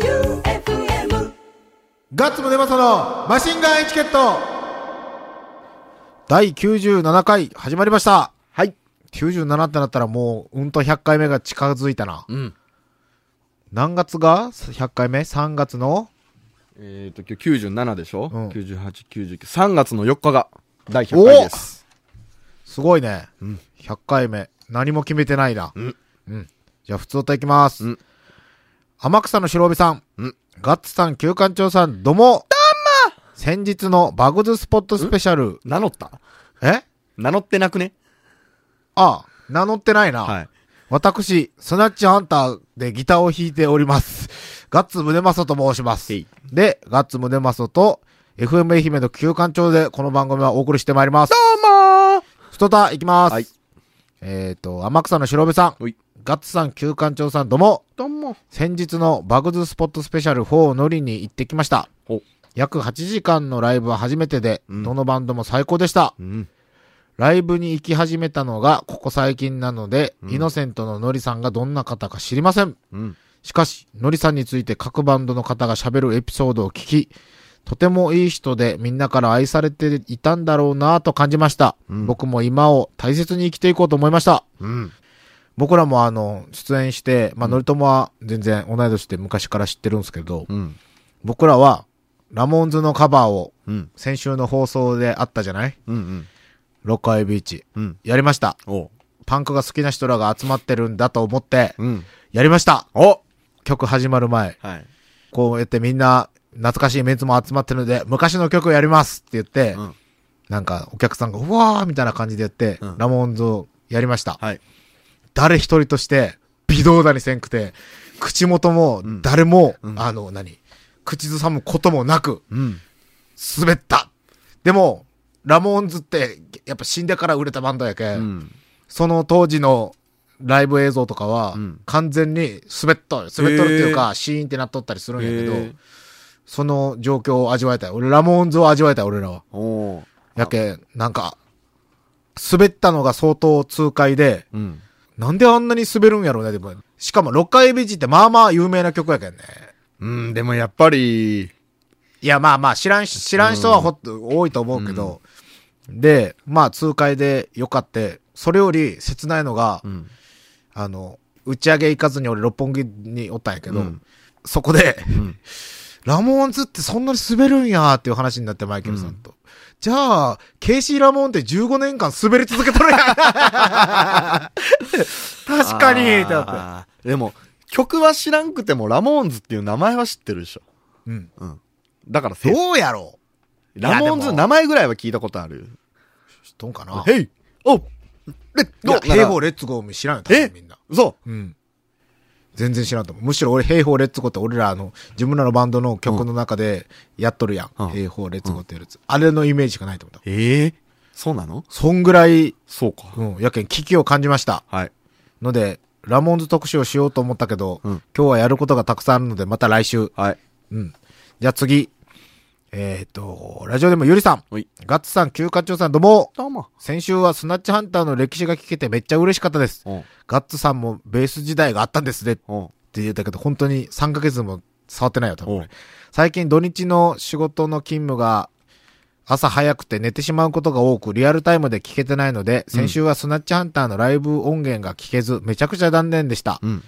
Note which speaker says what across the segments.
Speaker 1: J-O-E-U-F-M
Speaker 2: ガッツムネマソのマシンガンエチケット第97回始まりました
Speaker 3: はい。
Speaker 2: !97 ってなったらもううんと100回目が近づいたな。
Speaker 3: うん。
Speaker 2: 何月が ?100 回目 ?3 月の
Speaker 3: えっ、と、今日97でしょ、
Speaker 2: う
Speaker 3: うん ?98、99。3月の4日が第100回です。
Speaker 2: すごいね。
Speaker 3: うん
Speaker 2: 100回目。何も決めてないな。
Speaker 3: うん
Speaker 2: うんじゃあ、普通歌いきます。
Speaker 3: うん
Speaker 2: 天草の白帯さん。
Speaker 3: うん
Speaker 2: ガッツさん、旧館長さん、どうも。先日のバグズスポットスペシャル。
Speaker 3: 名乗った
Speaker 2: え
Speaker 3: 名乗ってなくね
Speaker 2: ああ、名乗ってないな。
Speaker 3: はい。
Speaker 2: 私、スナッチハンターでギターを弾いております。ガッツムネマソと申します
Speaker 3: へい。
Speaker 2: で、ガッツムネマソと、FM 愛媛の旧館長でこの番組はお送りしてまいります。
Speaker 3: どうも
Speaker 2: ストタ、いきます。
Speaker 3: はい
Speaker 2: えっ、と、天草の白部さん。
Speaker 3: はい
Speaker 2: ガッツさん、旧館長さん、どうも。
Speaker 3: どうも。
Speaker 2: 先日のバグズスポットスペシャル4を乗りに行ってきました。
Speaker 3: お
Speaker 2: 約8時間のライブは初めてで、
Speaker 3: うん
Speaker 2: どのバンドも最高でした。
Speaker 3: うん。
Speaker 2: ライブに行き始めたのがここ最近なので、
Speaker 3: うん
Speaker 2: イノセントののりさんがどんな方か知りません。
Speaker 3: うん。
Speaker 2: しかし、のりさんについて各バンドの方が喋るエピソードを聞き、とてもいい人でみんなから愛されていたんだろうなぁと感じました、
Speaker 3: うん
Speaker 2: 僕も今を大切に生きていこうと思いました。
Speaker 3: うん。
Speaker 2: 僕らもあの、出演して、まあ、のりともは全然同い年で昔から知ってるんですけど、
Speaker 3: うん。
Speaker 2: 僕らは、ラモーンズのカバーを
Speaker 3: うん。
Speaker 2: 先週の放送であったじゃない
Speaker 3: うん。
Speaker 2: ロッカーエビーチ。
Speaker 3: うん。
Speaker 2: やりました。
Speaker 3: おう。
Speaker 2: パンクが好きな人らが集まってるんだと思って、
Speaker 3: うん。
Speaker 2: やりました
Speaker 3: お
Speaker 2: 曲始まる前。
Speaker 3: はい。
Speaker 2: こうやってみんな、懐かしいメンツも集まってるので、昔の曲をやりますって言って、
Speaker 3: うん
Speaker 2: なんかお客さんが、うわーみたいな感じでやって、
Speaker 3: うん
Speaker 2: ラモーンズをやりました。
Speaker 3: はい。
Speaker 2: 誰一人として、微動だにせんくて、口元も
Speaker 3: ん、
Speaker 2: 誰も、
Speaker 3: うん
Speaker 2: あの、何、口ずさむこともなく、
Speaker 3: うん。
Speaker 2: 滑った。でも、ラモーンズって、やっぱ死んでから売れたバンドやけ、
Speaker 3: うん。
Speaker 2: その当時のライブ映像とかは、
Speaker 3: うん
Speaker 2: 完全に滑っとる。滑っとるっていうか、シーンってなっとったりするんやけど、
Speaker 3: えー
Speaker 2: その状況を味わいたい。俺、ラモーンズを味わいたい、俺らは。
Speaker 3: おう。
Speaker 2: やけ、なんか、滑ったのが相当痛快で、
Speaker 3: うん。
Speaker 2: なんであんなに滑るんやろうね、でも。しかも、ロッカーエビジってまあまあ有名な曲やけんね。
Speaker 3: うん、でもやっぱり、
Speaker 2: いや、まあまあ、知らんし、知らん人はほっと、多いと思うけど、で、まあ、痛快でよかって、それより切ないのが、
Speaker 3: ん。
Speaker 2: あの、打ち上げ行かずに俺、六本木におったんやけど、
Speaker 3: うん
Speaker 2: そこで、
Speaker 3: ん
Speaker 2: ラモーンズってそんなに滑るんやーっていう話になって、マイケルさんと。じゃあ、ケイシー・ラモーンって15年間滑り続けとるやん。 確かにってなって。
Speaker 3: あーでも、曲は知らんくても、ラモーンズっていう名前は知ってるでしょ。
Speaker 2: うん。
Speaker 3: うん。だから、そう
Speaker 2: どうやろ
Speaker 3: ラモーンズ
Speaker 2: いやでも
Speaker 3: の名前ぐらいは聞いたことある。
Speaker 2: うどうかな
Speaker 3: ヘイおレ
Speaker 2: いや
Speaker 3: ッなら
Speaker 2: 平方レッツゴーも知らんよ、多分みんな。
Speaker 3: 嘘
Speaker 2: うん。全然知らんと思う。むしろ俺、平方レッツゴーって俺らあの、自分らのバンドの曲の中でやっとるやん。
Speaker 3: うん
Speaker 2: 平方レッツゴーってやつ。あれのイメージしかないと思った。
Speaker 3: ええそうなの
Speaker 2: そんぐらい、
Speaker 3: そうか。
Speaker 2: うん、やけん危機を感じました。
Speaker 3: はい。
Speaker 2: ので、ラモンズ特集をしようと思ったけど、
Speaker 3: うん
Speaker 2: 今日はやることがたくさんあるので、また来週。
Speaker 3: はい。
Speaker 2: うん。じゃあ次。えっ、と、ラジオでもゆりさん。
Speaker 3: はい
Speaker 2: ガッツさん、休館長さん、どうも。
Speaker 3: どうも。
Speaker 2: 先週はスナッチハンターの歴史が聞けてめっちゃ嬉しかったです。
Speaker 3: うん。
Speaker 2: ガッツさんもベース時代があったんですねっ
Speaker 3: うん。
Speaker 2: て言ったけど、本当に3ヶ月も触ってないよ、多分
Speaker 3: おう
Speaker 2: 最近土日の仕事の勤務が朝早くて寝てしまうことが多くリアルタイムで聞けてないので、先週はスナッチハンターのライブ音源が聞けずめちゃくちゃ断念でした。
Speaker 3: うん。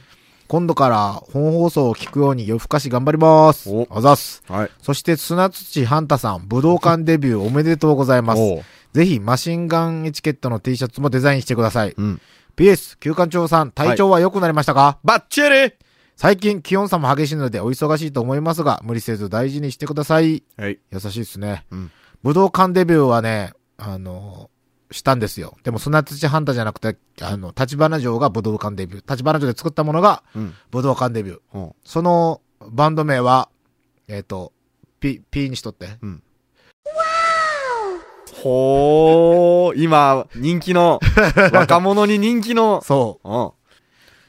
Speaker 2: 今度から本放送を聞くように夜更かし頑張ります
Speaker 3: お。
Speaker 2: あざっす。
Speaker 3: はい。
Speaker 2: そして砂土ハンタさん、武道館デビューおめでとうございます。
Speaker 3: おう
Speaker 2: ぜひマシンガンエチケットの T シャツもデザインしてください。
Speaker 3: うん。
Speaker 2: PS、休館長さん、体調は良くなりましたか、
Speaker 3: バッチリ
Speaker 2: 最近気温差も激しいのでお忙しいと思いますが、無理せず大事にしてください。
Speaker 3: はい。
Speaker 2: 優しいですね。
Speaker 3: うん
Speaker 2: 武道館デビューはね、あの、したんですよ。でも、砂土ハンタじゃなくて、あの、立花城が武道館デビュー。立花城で作ったものが
Speaker 3: うん。
Speaker 2: 武道館デビュー。
Speaker 3: うん。
Speaker 2: そのバンド名は、えっ、と、P、P にしとって。
Speaker 3: うん。ほー。今、人気 の、若者に人気の、
Speaker 2: そ
Speaker 3: うん。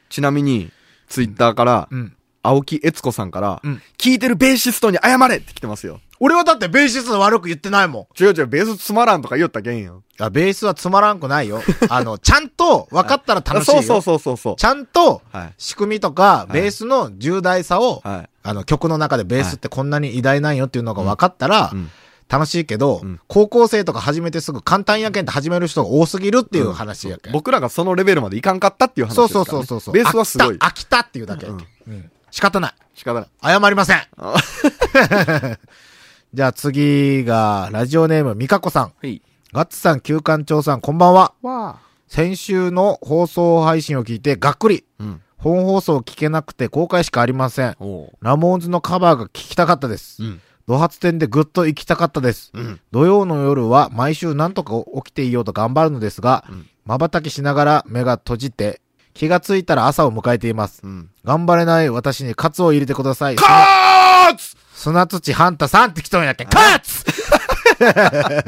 Speaker 3: ちなみに、ツイッターから
Speaker 2: う。う、ん。
Speaker 3: 青木悦子さんから
Speaker 2: うん、
Speaker 3: 聞いてるベーシストに謝れって来てますよ。
Speaker 2: 俺はだってベーシス悪く言ってないもん。
Speaker 4: 違う違う、ベースつまらんとか言おったけんやん。
Speaker 2: あベースはつまらんくないよ。あの、ちゃんと分かったら楽しい よ。
Speaker 4: そうそうそうそうそう。
Speaker 2: ちゃんと
Speaker 4: はい、
Speaker 2: 仕組みとか、ベースの重大さを、
Speaker 4: はい
Speaker 2: あの、曲の中でベースってこんなに偉大なんよっていうのが分かったら、
Speaker 4: うん
Speaker 2: 楽しいけど、
Speaker 4: うん
Speaker 2: 高校生とか始めてすぐ簡単やけんって始める人が多すぎるっていう話やけん。
Speaker 4: 僕らがそのレベルまでいかんかったっていう話
Speaker 2: そ
Speaker 4: で
Speaker 2: う
Speaker 4: すか
Speaker 2: そ
Speaker 4: ら、
Speaker 2: う
Speaker 4: ね。
Speaker 2: そうそうそう。
Speaker 4: ベースはすご
Speaker 2: 飽
Speaker 4: い
Speaker 2: き。た飽きたっていうだけ、
Speaker 4: うん
Speaker 2: うん仕方ない。
Speaker 4: 仕方ない。
Speaker 2: 謝り ません。
Speaker 4: あ
Speaker 2: じゃあ次が、ラジオネーム、みかこさん。
Speaker 4: はい。
Speaker 2: ガッツさん、旧館長さん、こんばんは。
Speaker 4: わ
Speaker 2: 先週の放送配信を聞いて、がっくり。
Speaker 4: うん。
Speaker 2: 本放送聞けなくて後悔しかありません。
Speaker 4: おう。
Speaker 2: ラモーンズのカバーが聞きたかったです。
Speaker 4: うん。
Speaker 2: ド発展でぐっと行きたかったです。
Speaker 4: うん
Speaker 2: 土曜の夜は毎週何とか起きていようと頑張るのですが
Speaker 4: うん、
Speaker 2: 瞬きしながら目が閉じて、気がついたら朝を迎えています。
Speaker 4: うん。
Speaker 2: 頑張れない私にカツを入れてください。
Speaker 4: カーツ
Speaker 2: 砂土ハンタさんって来とんやっけん。カツ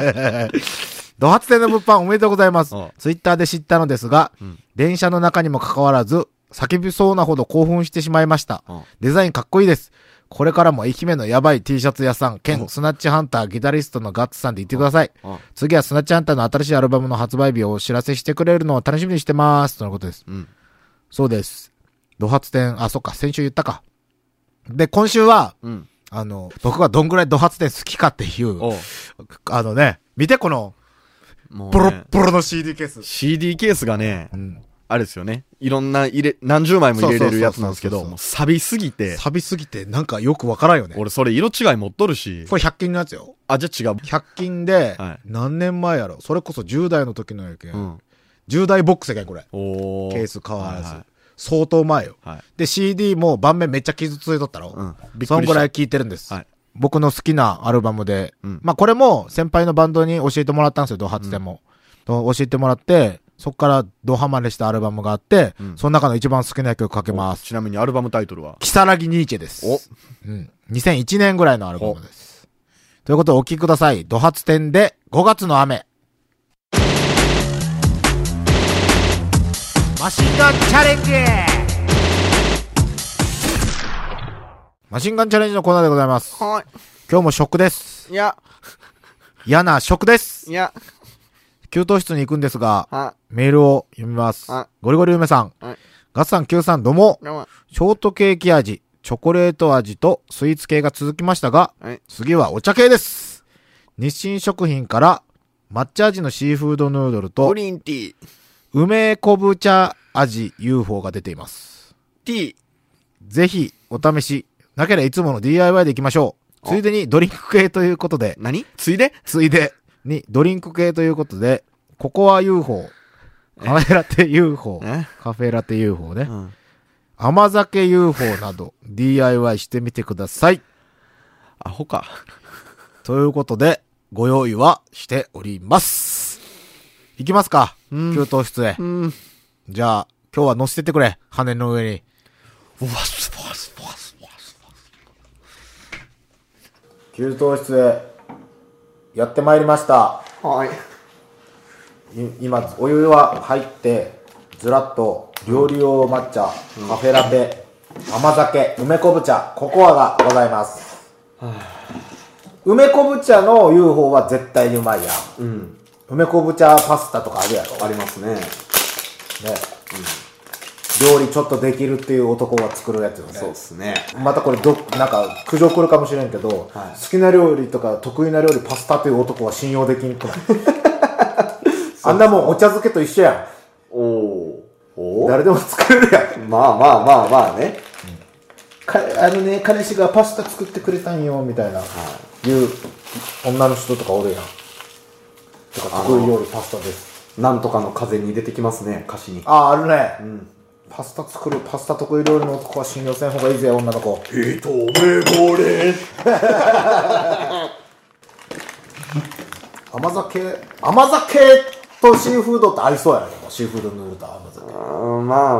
Speaker 2: ド発展の物販おめでとうございます
Speaker 4: ああ。
Speaker 2: ツイッターで知ったのですが、
Speaker 4: うん
Speaker 2: 電車の中にもかかわらず、叫びそうなほど興奮してしまいました。
Speaker 4: あ
Speaker 2: デザインかっこいいです。これからも愛媛のやばい T シャツ屋さん、兼スナッチハンターギタリストのガッツさんで言ってください。
Speaker 4: あ
Speaker 2: 次はスナッチハンターの新しいアルバムの発売日をお知らせしてくれるのを楽しみにしてます。とのことです。
Speaker 4: うん。
Speaker 2: そうです。ド発展、あ、そっか、先週言ったか。で、今週は、
Speaker 4: うん。
Speaker 2: あの、僕がどんぐらいド発展好きかっていう、
Speaker 4: おう。
Speaker 2: あのね、見てこの、
Speaker 4: もう、ね。
Speaker 2: ボロッボロの CD ケース。
Speaker 4: CD ケースがね
Speaker 2: う、ん。
Speaker 4: あれですよね。いろんな入れ、何十枚も入れれるやつなんですけ
Speaker 2: そう
Speaker 4: ど、
Speaker 2: そうそうそう
Speaker 4: もう錆びすぎて、
Speaker 2: 錆びすぎて、なんかよくわからんよね。
Speaker 4: 俺それ色違い持っとるし、
Speaker 2: これ100均のやつよ。
Speaker 4: あ、じゃあ違う。
Speaker 2: 100均で
Speaker 4: はい、
Speaker 2: 何年前やろ。それこそ10代の時のやけ。
Speaker 4: うんん。
Speaker 2: 10代ボックスやけん、これ。
Speaker 4: お
Speaker 2: ケース変わらず。
Speaker 4: はいはい
Speaker 2: 相当前よ。
Speaker 4: はい。
Speaker 2: で、CD も盤面めっちゃ傷ついとったろ。
Speaker 4: うんびっくりした
Speaker 2: そんぐらい聴いてるんです。
Speaker 4: はい
Speaker 2: 僕の好きなアルバムで。
Speaker 4: うん
Speaker 2: まあこれも先輩のバンドに教えてもらったんですよ、ドハツでも。と教えてもらって、そっからドハマれしたアルバムがあって、
Speaker 4: うん
Speaker 2: その中の一番好きな曲かけま
Speaker 4: お
Speaker 2: す。
Speaker 4: ちなみにアルバムタイトルは
Speaker 2: キサラギニーチェです。
Speaker 4: お
Speaker 2: うん。2001年ぐらいのアルバムです。ということでお聴きください。ドハツ展で5月の雨。マシンガンチャレンジマシンガンチャレンジのコーナーでございます。
Speaker 4: は
Speaker 2: 今日も食です。
Speaker 4: い。いや、
Speaker 2: 嫌な食です。
Speaker 4: いや、
Speaker 2: 給湯室に行くんですが、
Speaker 4: は、
Speaker 2: メールを読みます
Speaker 4: はい。
Speaker 2: ゴリゴリ梅さん
Speaker 4: はい。
Speaker 2: ガッサン Q さんどうも。
Speaker 4: どうも
Speaker 2: ショートケーキ味、チョコレート味とスイーツ系が続きましたが、
Speaker 4: はい。
Speaker 2: 次はお茶系です。日清食品から抹茶味のシーフードヌードルと
Speaker 4: グリーンティー、
Speaker 2: 梅昆布茶味 UFO が出ています。
Speaker 4: ティー、
Speaker 2: ぜひお試し、なければいつもの DIY でいきましょう。
Speaker 4: あ
Speaker 2: ついでにドリンク系ということで、
Speaker 4: 何ついで
Speaker 2: ついでにドリンク系ということで、ココア UFO、カフェラテ UFO、
Speaker 4: え
Speaker 2: カフェラテ UFO ね
Speaker 4: う、ん。
Speaker 2: 甘酒 UFO など DIY してみてください。
Speaker 4: アホか。
Speaker 2: ということで、ご用意はしております。行きますか、
Speaker 4: ん
Speaker 2: 給湯室へ。
Speaker 4: うん。
Speaker 2: じゃあ、今日は乗せてってくれ、羽の上に。
Speaker 4: うわすわすわすわすわす
Speaker 2: 給湯室へ、やってまいりました。
Speaker 4: はい。
Speaker 2: 今、お湯は入って、ずらっと、料理用抹茶、カフェラテ、甘酒、梅昆布茶、ココアがございます。梅昆布茶の UFO は絶対にうまいやん。
Speaker 4: うん。
Speaker 2: 梅昆布茶パスタとかあるやろ。
Speaker 4: ありますね。
Speaker 2: ね、料理ちょっとできるっていう男が作るやつよね
Speaker 4: っすね。
Speaker 2: またこれどなんか苦情来るかもしれんけど、
Speaker 4: はい
Speaker 2: 好きな料理とか得意な料理パスタという男は信用できんくない あんなもんお茶漬けと一緒や
Speaker 4: おお。
Speaker 2: ん
Speaker 4: お
Speaker 2: 誰でも作れるやん
Speaker 4: まあまあまあまあね。
Speaker 2: かあのね彼氏がパスタ作ってくれたんよみたいな、いう女の人とかおるやんとか得意料理パスタです
Speaker 4: なんとかの風に出てきますね、歌詞に。
Speaker 2: あああるね、
Speaker 4: ん
Speaker 2: パスタ作るパスタ得意料理の男は信用せん方がいいぜ女の子
Speaker 4: 一目惚れ。
Speaker 2: 甘酒甘酒とシーフードって合いそうやねシーフードヌードルと甘酒こ
Speaker 4: まあ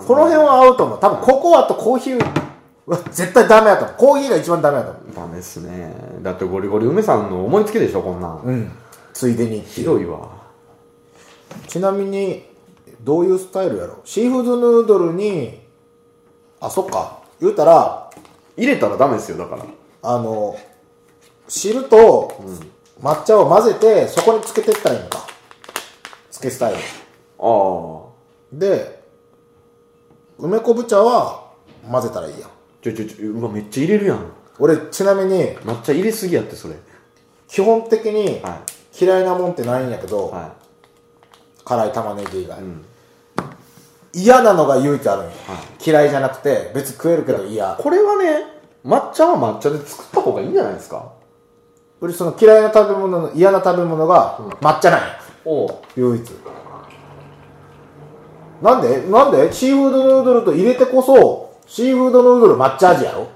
Speaker 2: の
Speaker 4: あ。
Speaker 2: 辺は合うと思う多分ココアとコーヒーは絶対ダメやと思うコーヒーが一番ダメやと思う
Speaker 4: ダメっすね。だってゴリゴリ梅さんの思いつきでしょ、こんなん。
Speaker 2: うんついでに
Speaker 4: ひどいわ。
Speaker 2: ちなみにどういうスタイルやろシーフードヌードルにあそっか言うたら
Speaker 4: 入れたらダメですよ、だから。
Speaker 2: あの汁と抹茶を混ぜて、そこにつけてったらいいのか。つけスタイル。
Speaker 3: ああ。
Speaker 2: で、梅昆布茶は混ぜたらいいやん。
Speaker 3: ちょちょちょ、うわ、めっちゃ入れるやん。
Speaker 2: 俺、ちなみに、
Speaker 3: 抹茶入れすぎやって、それ。
Speaker 2: 基本的に
Speaker 3: は
Speaker 2: 嫌いなもんってないんやけど、
Speaker 3: は
Speaker 2: 辛い玉ねぎ以外、
Speaker 3: ん
Speaker 2: 嫌なのが唯一あるんや、
Speaker 3: は
Speaker 2: 嫌いじゃなくて別に食えるけど嫌
Speaker 3: い。これはね、抹茶は抹茶で作った方がいいんじゃないですか
Speaker 2: 俺その嫌いな食べ物の嫌な食べ物が抹茶なんや、
Speaker 3: おう。
Speaker 2: 唯一なんでなんでシーフードヌードルと入れてこそシーフードヌードル抹茶味やろ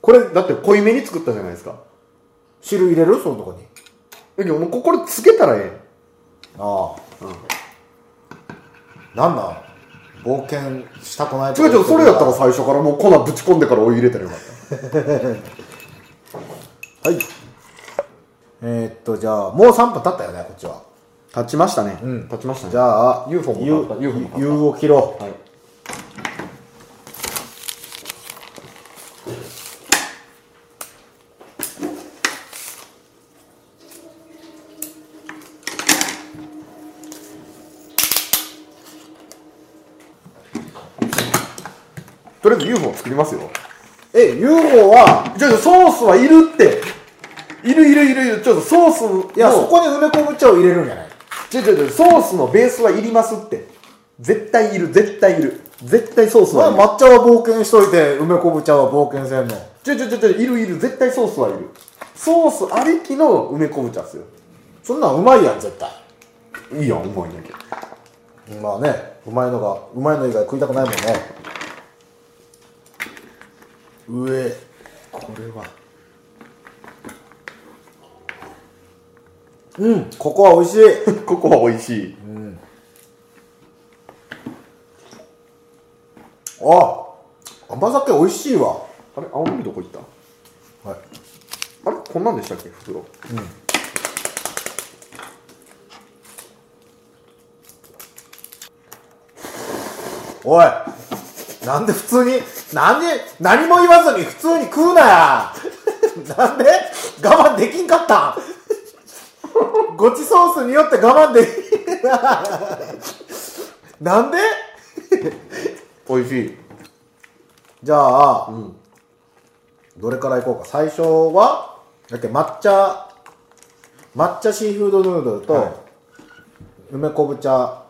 Speaker 3: これ、だって濃いめに作ったじゃないですか。
Speaker 2: 汁入れるそのとこに
Speaker 3: え、でもここれつけたらええ
Speaker 2: ああ、なんなん冒険したくない
Speaker 3: 違う違う、それやったら最初からもう粉ぶち込んでからお湯入れたらよかった。
Speaker 2: はい。えー、っと、じゃあ、もう3分経ったよね、こっちは。
Speaker 3: 立ちましたね。
Speaker 2: ん
Speaker 3: 立ちましたね。
Speaker 2: じゃあ、
Speaker 3: UFO も
Speaker 2: U
Speaker 3: 買った UFO も買った
Speaker 2: U を切ろう。
Speaker 3: はい。とりあえず UFO 作りますよ。
Speaker 2: え、UFO は、
Speaker 3: ちょっとソースはいるって。いるいるいるいる。ちょっとソースの。
Speaker 2: いや、そこに梅昆布茶を入れるんじゃない
Speaker 3: ちょちょちょ、ソースのベースはいりますって。絶対いる、絶対いる。絶対ソース
Speaker 2: ま
Speaker 3: はい
Speaker 2: あ、
Speaker 3: る。
Speaker 2: 抹茶は冒険しといて、梅昆布茶は冒険せんの。
Speaker 3: ちょちょちょちょ、いるいる、絶対ソースはいる。ソースありきの梅昆布茶っすよ。
Speaker 2: そんなんうまいやん、絶対。
Speaker 3: いいやん、うまいんだけど。
Speaker 2: まあね、うまいのが、うまいの以外食いたくないもんね。うえ、
Speaker 3: これは。
Speaker 2: うん、ここは美味しい。
Speaker 3: ここは美味しい。
Speaker 2: あ、甘酒美味しいわ。
Speaker 3: あれ、青森どこ行った
Speaker 2: はい。
Speaker 3: あれ、こんなんでしたっけ、袋。
Speaker 2: おいなんで普通に、なんで、何も言わずに普通に食うなや なんで我慢できんかったんごちそうスによって我慢できんなんで
Speaker 3: 美味しい。
Speaker 2: じゃあ、どれからいこうか。最初は、だっけ、抹茶、抹茶シーフードヌードルと、
Speaker 3: はい
Speaker 2: 梅昆布茶、
Speaker 3: は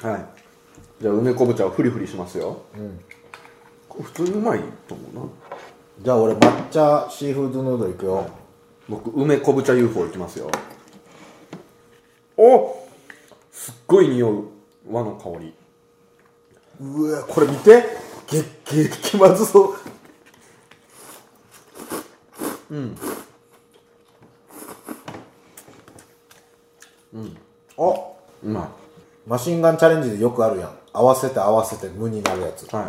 Speaker 3: い。じゃあ、梅昆布茶をフリフリしますよ。これ普通にうまいと思うな。
Speaker 2: じゃあ俺抹茶シーフードヌードルいくよ。
Speaker 3: 僕梅昆布茶 UFO いきますよおすっごい匂う和の香り
Speaker 2: うわこれ見てげげ気まずそううんうんあ
Speaker 3: うま
Speaker 2: マシンガンチャレンジでよくあるやん合わせて合わせて無になるやつ
Speaker 3: いは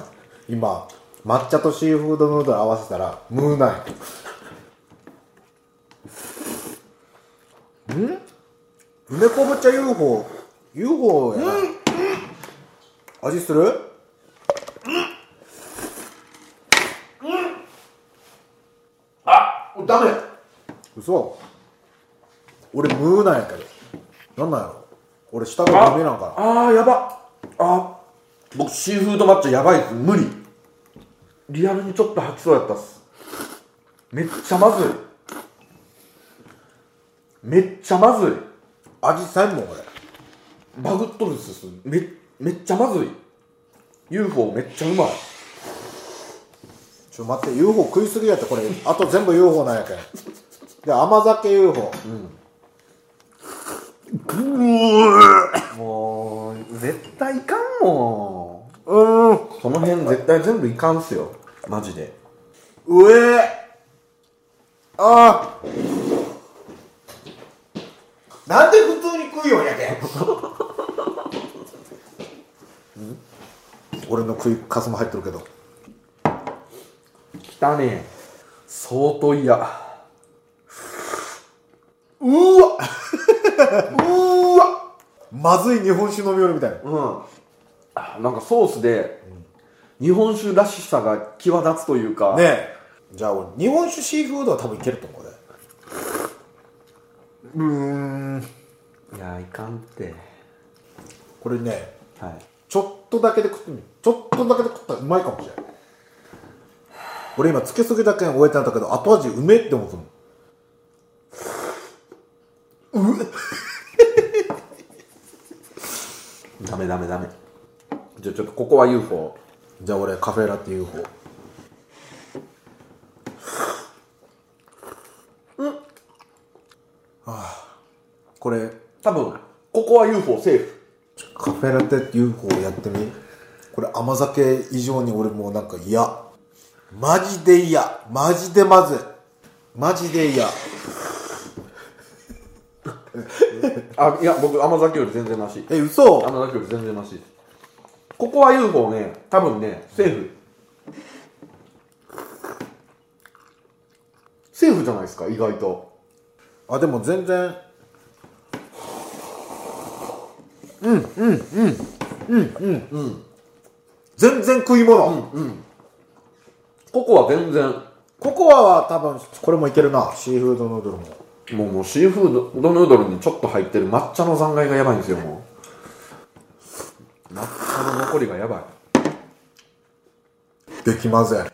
Speaker 3: い
Speaker 2: 今抹茶とシーフードヌードル合わせたら無なんやん梅昆布茶 UFO UFO やな、味する
Speaker 3: ダメ
Speaker 2: 嘘俺無なんやけどなんなんやろ俺舌がダメなんかな
Speaker 3: あーやばあ僕シーフード抹茶やばいです無理リアルにちょっと吐きそうやったっすめっちゃまずいめっちゃまずい
Speaker 2: 味せんもんこれ
Speaker 3: バグっとるっすめめっちゃまずい UFO めっちゃうまい
Speaker 2: ちょ待って UFO 食いすぎやってこれあと全部 UFO なんやけんで甘酒 UFO
Speaker 3: もう絶対いかんもん
Speaker 2: うんう
Speaker 3: その辺絶対全部いかんっすよマジで
Speaker 2: えあーなんで普通に食いよんやけ ん俺の食いかすも入ってるけど
Speaker 3: 汚ねえ相当嫌う
Speaker 2: うーわうーわまずい日本酒飲みよりみたいな。
Speaker 3: んあなんかソースで日本酒らしさが際立つというか
Speaker 2: ねえ。
Speaker 5: じゃあ俺日本酒シーフードは多分いけると思うね
Speaker 3: うーんいやいかんって
Speaker 5: これね
Speaker 3: はい
Speaker 5: ちょっとだけで食ってみちょっとだけで食ったらうまいかもしれない俺今つけそぎだけ終えたんだけど後味うめえって思ったもん
Speaker 3: ダメダメダメじゃあちょっとここは UFO
Speaker 5: じゃあ俺カフェラテ UFO これ
Speaker 3: 多分ここは UFO セーフ
Speaker 5: カフェラテ UFO やってみこれ甘酒以上に俺もうなんか嫌マジで嫌マジでまずいマジで嫌
Speaker 3: あいや僕甘酒より全然マシ
Speaker 5: え嘘
Speaker 3: 甘酒より全然マシここは UFO ね多分ねセーフセーフじゃないですか意外と
Speaker 5: あでも全然うんうんうんうんうんうん全然食い物、
Speaker 3: ここは全然
Speaker 5: ココアは多分これもいけるなシーフードヌードルも
Speaker 3: もうもうシーフードヌードルにちょっと入ってる抹茶の残骸がやばいんですよもう抹茶の残りがやばい
Speaker 5: 激まぜ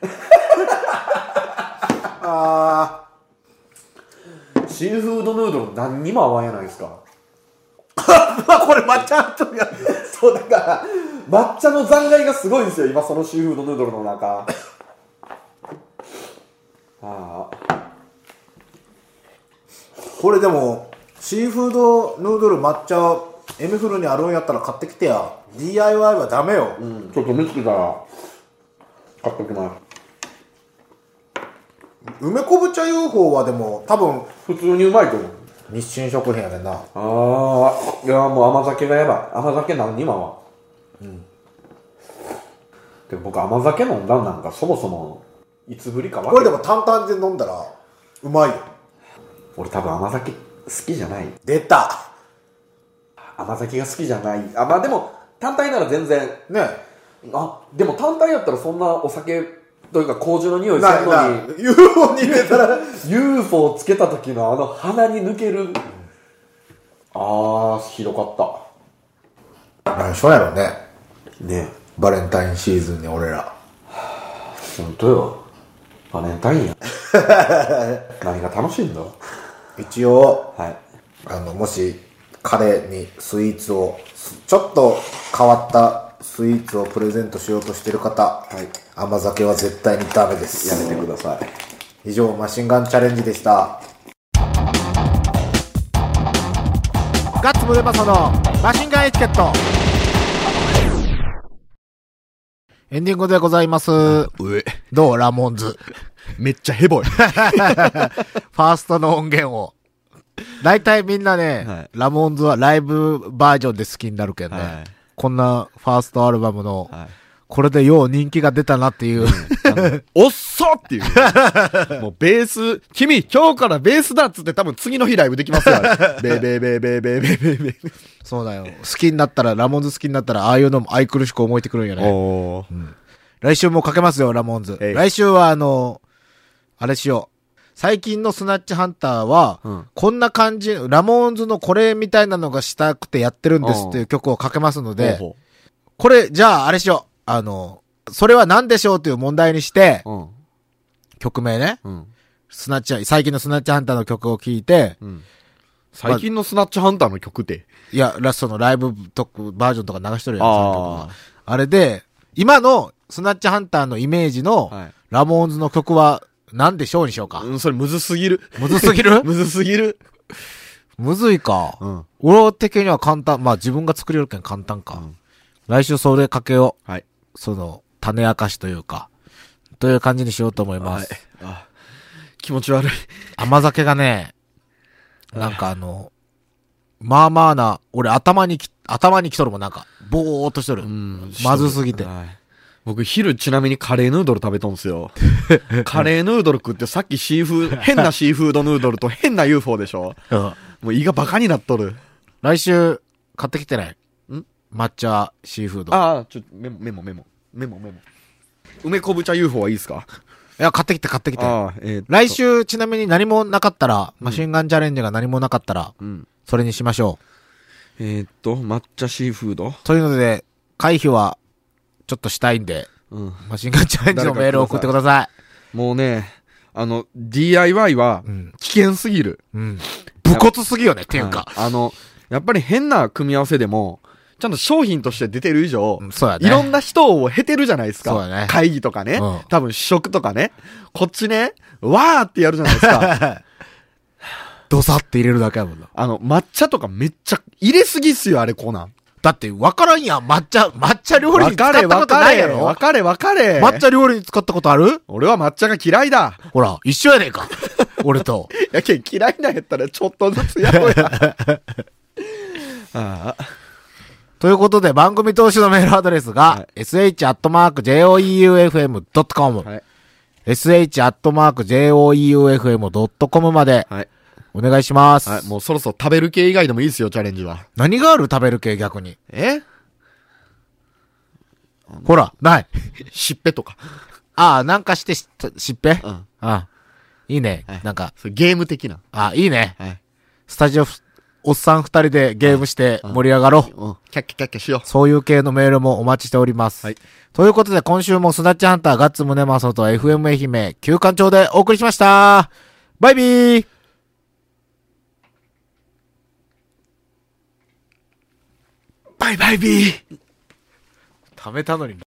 Speaker 5: あ
Speaker 3: シーフードヌードル何にも合わんやないですか
Speaker 5: ーまあ これ抹茶とや
Speaker 3: そうだから抹茶の残骸がすごいんですよ今そのシーフードヌードルの中ああ
Speaker 5: これでもシーフードヌードル抹茶エミフルにあるんやったら買ってきてや DIY はダメよ、
Speaker 3: うんちょっと見つけたら買っときま
Speaker 5: 梅昆布茶 UFO はでも多分
Speaker 3: す普通にうまいと思う
Speaker 5: 日清食品やねんな
Speaker 3: ああいやもう甘酒がやばい甘酒何にも合わんでも僕甘酒飲んだんなんかそもそもいつぶりかわ
Speaker 5: これで
Speaker 3: も
Speaker 5: も淡々で飲んだらうまいよ
Speaker 3: 俺多分甘酒好きじゃない
Speaker 5: 出た
Speaker 3: 甘酒が好きじゃないあまあでも単体なら全然
Speaker 5: ね
Speaker 3: あでも単体やったらそんなお酒というか麹の匂い
Speaker 5: え
Speaker 3: す
Speaker 5: な
Speaker 3: る
Speaker 5: い
Speaker 3: の
Speaker 5: な
Speaker 3: に
Speaker 5: い UFO に入れたら
Speaker 3: UFO をつけた時のあの鼻に抜けるああひどかっ
Speaker 5: 何しょやろね
Speaker 3: たね
Speaker 5: バレンタインシーズンに俺ら
Speaker 3: え本当よバレンタイ ンや何が楽しいんだ
Speaker 5: 一応
Speaker 3: はい
Speaker 5: あのもし彼にスイーツをすちょっと変わったスイーツをプレゼントしようとしてる方、
Speaker 3: い
Speaker 5: 甘酒は絶対にダメです
Speaker 3: やめてください
Speaker 5: 以上マシンガンチャレンジでした
Speaker 2: ガッツムデパソのマシンガンエチケットエンディングでございます。
Speaker 4: うえ、
Speaker 2: どうラモンズ。
Speaker 4: めっちゃヘボい。
Speaker 2: ファーストの音源を。大体みんなね、
Speaker 4: はい
Speaker 2: ラモンズはライブバージョンで好きになるけどね、
Speaker 4: はい
Speaker 2: こんなファーストアルバムの、
Speaker 4: はい
Speaker 2: これでよう人気が出たなっていう、
Speaker 4: おっそっていう。もうベース、君、今日からベースだっつって多分次の日ライブできますよ。あれ ベーベーベーベーベーベーベーベ
Speaker 2: そうだよ。好きになったら、ラモンズ好きになったら、ああいうのも愛くるしく思えてくるんや
Speaker 4: ー。
Speaker 2: ね。
Speaker 4: おー。
Speaker 2: 来週もかけますよ、ラモンズ。
Speaker 4: えい
Speaker 2: 来週はあの、あれしよう。最近のスナッチハンターは、
Speaker 4: うん
Speaker 2: こんな感じ、ラモンズのこれみたいなのがしたくてやってるんですっていう曲をかけますので、
Speaker 4: ほうほ
Speaker 2: これ、じゃあ、あれしよう。あの、それは何でしょうという問題にして、
Speaker 4: う
Speaker 2: 曲名ね。
Speaker 4: うん。うん。
Speaker 2: スナッチ、最近のスナッチハンターの曲を聴いて、
Speaker 4: 最近のスナッチハンターの曲って。
Speaker 2: いや、ラストのライブとかバージョンとか流しとるやん、その曲
Speaker 4: あ
Speaker 2: はあれで、今のスナッチハンターのイメージの、
Speaker 4: はい
Speaker 2: ラモーンズの曲は何でしょうにしようか。
Speaker 4: うん、それむずすぎる。
Speaker 2: むずすぎる
Speaker 4: むずすぎる。
Speaker 2: むずいか。
Speaker 4: うん
Speaker 2: 俺的には簡単。まあ自分が作れるけん簡単か。来週それかけを、
Speaker 4: はい。
Speaker 2: その、種明かしというか、という感じにしようと思いま
Speaker 4: はい
Speaker 2: す。。
Speaker 4: あ、気持ち悪い。
Speaker 2: 甘酒がね、なんかあの、まあまあな、俺頭にき、頭に来とるもんなんか、ぼーっとしとる。
Speaker 4: うん
Speaker 2: まずすぎて。
Speaker 4: はい僕、昼ちなみにカレーヌードル食べとんす よ。カレーヌードル食ってさっきシーフー、変なシーフードヌードルと変な UFO でしょ
Speaker 2: うん
Speaker 4: もう胃がバカになっとる。
Speaker 2: 来週、買ってきてない
Speaker 4: ん
Speaker 2: 抹茶シーフード。
Speaker 4: ああ、ちょ、メモ、メモ、メモ。メモ、メモ。梅昆布茶 UFO はいいですか
Speaker 2: いや、買ってきて買ってきて。
Speaker 4: ああ、えーっと
Speaker 2: 来週、ちなみに何もなかったら、マシンガンチャレンジが何もなかったら、
Speaker 4: ん
Speaker 2: それにしましょ
Speaker 4: えーっと、抹茶シーフード
Speaker 2: う。。というので、回避は、ちょっとしたいんで、
Speaker 4: うん。
Speaker 2: マシンガンチャレンジのメールを送ってくださ
Speaker 4: もうね、あの、DIY は
Speaker 2: ん、
Speaker 4: 危険すぎる。
Speaker 2: い。うん。武骨すぎよね、っていうか
Speaker 4: は。いあの、やっぱり変な組み合わせでも、ちゃんと商品として出てる以上、
Speaker 2: うんそうやね。
Speaker 4: いろんな人を経てるじゃないですか。
Speaker 2: そうだね
Speaker 4: 会議とかね、
Speaker 2: うん
Speaker 4: 多分試食とかね。こっちね、わーってやるじゃないですか。
Speaker 2: ドサって入れるだけやもんな。
Speaker 4: あの、抹茶とかめっちゃ入れすぎっすよ、あれコーナー。
Speaker 2: だって、わからんやん、抹茶、抹茶料理に使
Speaker 4: 分か
Speaker 2: った
Speaker 4: れ
Speaker 2: こ
Speaker 4: 分
Speaker 2: と
Speaker 4: か
Speaker 2: ないや
Speaker 4: れ
Speaker 2: ろ
Speaker 4: 分かれ分かれ。
Speaker 2: 抹茶料理に使ったことある
Speaker 4: 俺は抹茶が嫌いだ。
Speaker 2: ほら、一緒やねえか。俺と。
Speaker 4: やけん嫌いなんやったらちょっとずつやろうや。ああ
Speaker 2: ということで、番組投資のメールアドレスが
Speaker 4: は、
Speaker 2: sh.joeufm.com、
Speaker 4: はい。
Speaker 2: sh.joeufm.com まで、
Speaker 4: はい。
Speaker 2: お願いします。
Speaker 4: はい。もうそろそろ食べる系以外でもいいですよ、チャレンジは。
Speaker 2: 何がある食べる系逆に。
Speaker 4: え
Speaker 2: ほら、ない。
Speaker 4: しっぺとか。
Speaker 2: ああ、なんかしてし、しっぺ
Speaker 4: う
Speaker 2: あ
Speaker 4: ん。
Speaker 2: あいいね。
Speaker 4: はい
Speaker 2: なんか、
Speaker 4: そうゲーム的な。
Speaker 2: あいいね。
Speaker 4: はい。
Speaker 2: スタジオふ、おっさん二人でゲームして盛り上がろう。
Speaker 4: うん。キャッキャキャッキャしよ
Speaker 2: そういう系のメールもお待ちしております。
Speaker 4: はい
Speaker 2: ということで、今週もスナッチハンターガッツムネマソと FM 愛媛休館長でお送りしました。バイビー
Speaker 4: う。バイバイビー。
Speaker 2: 貯めたのに